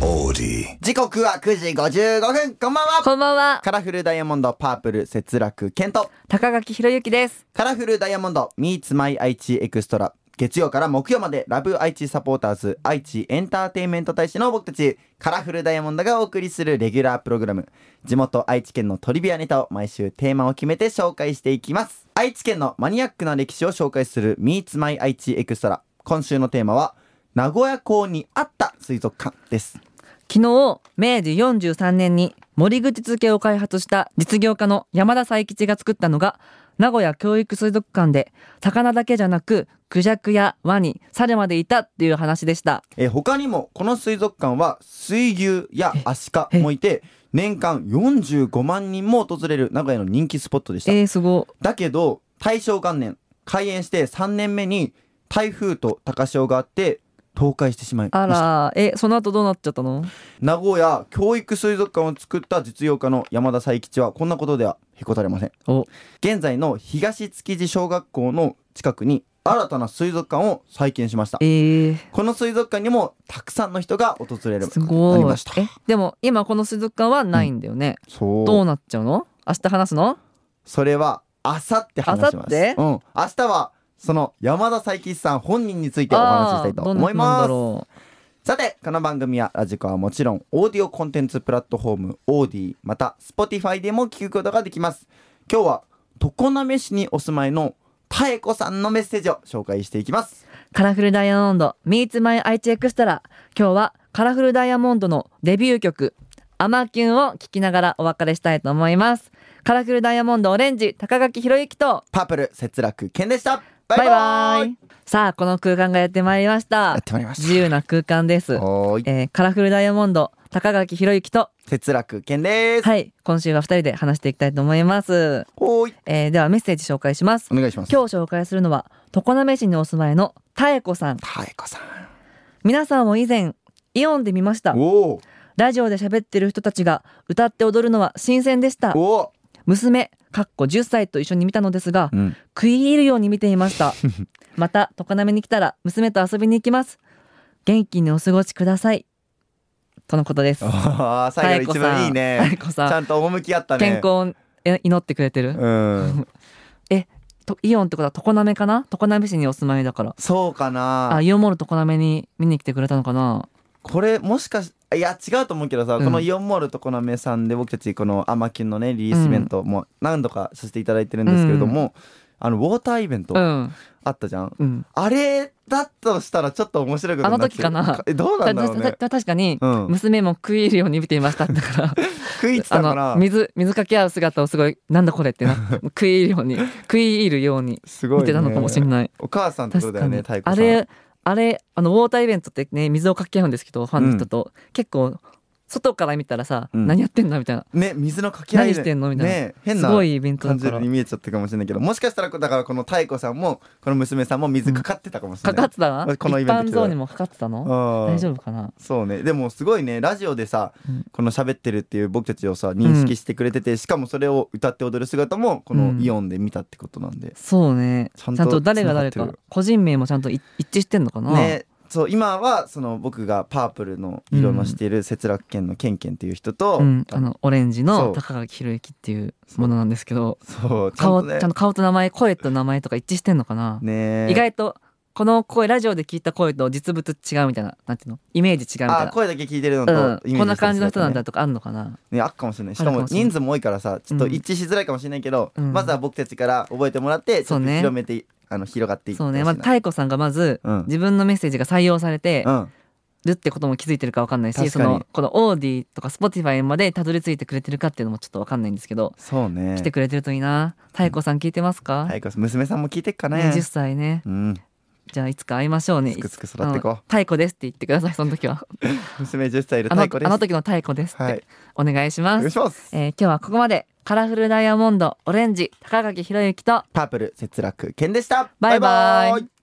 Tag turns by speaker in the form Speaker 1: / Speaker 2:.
Speaker 1: melody.
Speaker 2: 時刻は9時55分、こんばんは
Speaker 3: こんばんは、
Speaker 2: カラフルダイヤモンドパープル節楽健と
Speaker 3: 高垣ひろゆきです。
Speaker 2: カラフルダイヤモンド Meets My 愛知エクストラ月曜から木曜までラブ愛知サポーターズ愛知エンターテインメント大使の僕たちカラフルダイヤモンドがお送りするレギュラープログラム地元愛知県のトリビアネタを毎週テーマを決めて紹介していきます愛知県のマニアックな歴史を紹介する Meets My 愛知エクストラ今週のテーマは名古屋港にあった水族館です
Speaker 3: 昨日、明治43年に森口漬けを開発した実業家の山田佐吉が作ったのが、名古屋教育水族館で、魚だけじゃなく、クジャクやワニ、猿までいたっていう話でした。
Speaker 2: えー他にもこの水族館は水牛やアシカもいて年間45万人も訪れる名古屋の人気スポットでした、
Speaker 3: えー、すご
Speaker 2: だけど大正元年開園して3年目に台風と高潮があって倒壊してしまい
Speaker 3: あ
Speaker 2: ました
Speaker 3: ら、え、その後どうなっちゃったの
Speaker 2: 名古屋教育水族館を作った実用家の山田佐吉はこんなことではへこたれません
Speaker 3: お
Speaker 2: 現在の東築地小学校の近くに新たな水族館を再建しました
Speaker 3: えー、
Speaker 2: この水族館にもたくさんの人が訪れるよう
Speaker 3: す
Speaker 2: に
Speaker 3: ご
Speaker 2: ないりました
Speaker 3: え、でも今この水族館はないんだよね。
Speaker 2: そう
Speaker 3: どうなっちゃうの明日話すの
Speaker 2: それは明後日話します
Speaker 3: 明後日
Speaker 2: うん明日はその山田佐吉さん本人についてお話ししたいと思います
Speaker 3: あーどんな人なんだろ
Speaker 2: さてこの番組はラジコはもちろんオーディオコンテンツプラットフォームオーディまた Spotify でも聞くことができます今日は常滑市にお住まいのたえこさんのメッセージを紹介していきます
Speaker 3: うカラフルダイヤモンド Meets My IT エクストラ今日はカラフルダイヤモンドのデビュー曲アマキュンを聴きながらお別れしたいと思いますカラフルダイヤモンドオレンジ高垣ひろゆきと
Speaker 2: パープル節楽健でしたバイバ
Speaker 3: バイバイ
Speaker 2: イ
Speaker 3: さあこの空間がやってまいりまし
Speaker 2: や
Speaker 3: た
Speaker 2: ってまいりま
Speaker 3: 自
Speaker 2: し
Speaker 3: 由な空間です
Speaker 2: た、おーい
Speaker 3: えー、カラフルダイヤモンド高垣ひろゆきと
Speaker 2: 節楽健です
Speaker 3: はい今週は二人で話していきたいと思います、
Speaker 2: おーい
Speaker 3: えー、ではメッセージ紹介します
Speaker 2: お願いします
Speaker 3: 今日紹介するのは常滑市にお住まいの妙子さん
Speaker 2: たえこさ
Speaker 3: 皆さんも以前イオンで見ました
Speaker 2: んおー
Speaker 3: ラジオで喋ってる人たちが歌って踊るのは新鮮でした
Speaker 2: おー
Speaker 3: 娘かっこ10歳と一緒に見たのですが
Speaker 2: うん
Speaker 3: 食い入るように見ていました また常滑に来たら娘と遊びに行きます元気にお過ごしくださいとのことです
Speaker 2: あー最後一番いい ね
Speaker 3: 妙子
Speaker 2: ち
Speaker 3: さ
Speaker 2: ゃ
Speaker 3: ん
Speaker 2: んと趣あった
Speaker 3: 健
Speaker 2: ね
Speaker 3: 康を祈ってくれてる、
Speaker 2: うん
Speaker 3: とイオンってことは常滑かな常滑市にお住まいだから
Speaker 2: そうかな
Speaker 3: あイオンモール常滑に見に来てくれたのかな
Speaker 2: これもしかしいや違うと思うけどさ、
Speaker 3: うん
Speaker 2: このイオンモールとこの名さんで僕たちこの「アマキュン」のねリリースイベントも何度かさせていただいてるんですけれども、あのウォーターイベント
Speaker 3: うん
Speaker 2: あったじゃん、
Speaker 3: うん
Speaker 2: あれだとしたらちょっと面白いことになってる
Speaker 3: あの時かな
Speaker 2: えどうなんだろう
Speaker 3: た
Speaker 2: ね
Speaker 3: たた確かに
Speaker 2: うん
Speaker 3: 娘も食い入るように見ていましただから
Speaker 2: 食いつたか
Speaker 3: あ
Speaker 2: ら
Speaker 3: の水水かけ合う姿をすごいなんだこれっ てな食い入るように食い入るように
Speaker 2: すごい、ね、
Speaker 3: 見てたのかもしれない。
Speaker 2: お母さんってこと
Speaker 3: 確
Speaker 2: だ
Speaker 3: か
Speaker 2: よ
Speaker 3: に
Speaker 2: ね太鼓さん
Speaker 3: あれあれあのウォーターイベントってね水をかけ合うんですけどファンの人と、結構外から見たらさ、
Speaker 2: うん
Speaker 3: 何やってんだみたいな
Speaker 2: ね水のかけ合いで
Speaker 3: 何してんのみたいな
Speaker 2: ね変
Speaker 3: す
Speaker 2: な
Speaker 3: ごいイベントだ
Speaker 2: 感じ
Speaker 3: から
Speaker 2: に見えちゃったかもしれないけどもしかしたらだからこの太鼓さんもこの娘さんも水かかってたかもしれ
Speaker 3: か
Speaker 2: な
Speaker 3: か
Speaker 2: い、
Speaker 3: ってた
Speaker 2: このイ
Speaker 3: 一
Speaker 2: ベント
Speaker 3: 般ゾーンにもかかってたの
Speaker 2: 大
Speaker 3: 大丈夫かな
Speaker 2: そうねでもすごいねラジオでさ、
Speaker 3: うん
Speaker 2: この喋ってるっていう僕たちをさ認識してくれてて、しかもそれを歌って踊る姿もこの
Speaker 3: うん
Speaker 2: イオンで見たってことなんで、
Speaker 3: そうね
Speaker 2: ち
Speaker 3: ち
Speaker 2: ゃ
Speaker 3: ゃ
Speaker 2: ん
Speaker 3: ん
Speaker 2: と
Speaker 3: と誰が誰
Speaker 2: 繋が
Speaker 3: か
Speaker 2: ってる
Speaker 3: 個人名もちゃんとい一致してんのかな、
Speaker 2: ねそう今はその僕がパープルの色のしている節楽犬のケンケンっていう人と、
Speaker 3: うん、あのオレン
Speaker 2: そ
Speaker 3: ジ
Speaker 2: う
Speaker 3: の高垣ひろゆきっていうものなんですけど
Speaker 2: そうちゃん
Speaker 3: 顔
Speaker 2: と
Speaker 3: ち
Speaker 2: ね
Speaker 3: ゃんと顔と名前声と名前とか一致してんのかな、
Speaker 2: ね
Speaker 3: 意外とこの声ラジオで聞いた声と実物違うみたいななんていうのイメージ違うみたい
Speaker 2: あ
Speaker 3: な
Speaker 2: 声だけ聞いてるの
Speaker 3: うん
Speaker 2: と、イメージしてる姿ね、
Speaker 3: こんな感じの人なんだとかあんのかな、
Speaker 2: ねあっかもしれないし
Speaker 3: あ
Speaker 2: か
Speaker 3: るか
Speaker 2: も
Speaker 3: もしれない
Speaker 2: 人数も多いからさちょっと一致しづらいかもしれないけど、
Speaker 3: うん
Speaker 2: まずは僕たちから覚えてもらってち
Speaker 3: そ
Speaker 2: ょ
Speaker 3: う
Speaker 2: っと
Speaker 3: ね
Speaker 2: 広めて、あの広がっていって
Speaker 3: そうね
Speaker 2: ほ
Speaker 3: ま
Speaker 2: し
Speaker 3: ず
Speaker 2: いな
Speaker 3: 妙子さんがまず
Speaker 2: うん
Speaker 3: 自分のメッセージが採用されて
Speaker 2: うん
Speaker 3: るってことも気づいてるかわかんないし
Speaker 2: 確か
Speaker 3: そ
Speaker 2: に
Speaker 3: のこのオーディとかスポティファイまでたどり着いてくれてるかっていうのもちょっとわかんないんですけど、
Speaker 2: そうね
Speaker 3: 来てくれてるといいな妙子さん聞いてますか、
Speaker 2: はいこそ娘さんも聞いてっかね
Speaker 3: ね、10歳ね
Speaker 2: うん
Speaker 3: じゃあいつか会いましょうね
Speaker 2: すくすく育ってこう
Speaker 3: あの太鼓ですって言ってくださいその時は
Speaker 2: 娘10歳いる
Speaker 3: あの
Speaker 2: 太鼓です
Speaker 3: あの時の太鼓ですって、
Speaker 2: はい
Speaker 3: お願いしま
Speaker 2: お願
Speaker 3: す
Speaker 2: いします
Speaker 3: えー今日はここまでカラフルダイヤモンドオレンジ高垣ひろゆきと
Speaker 2: パープル節楽健でした
Speaker 3: バイバイ
Speaker 2: イ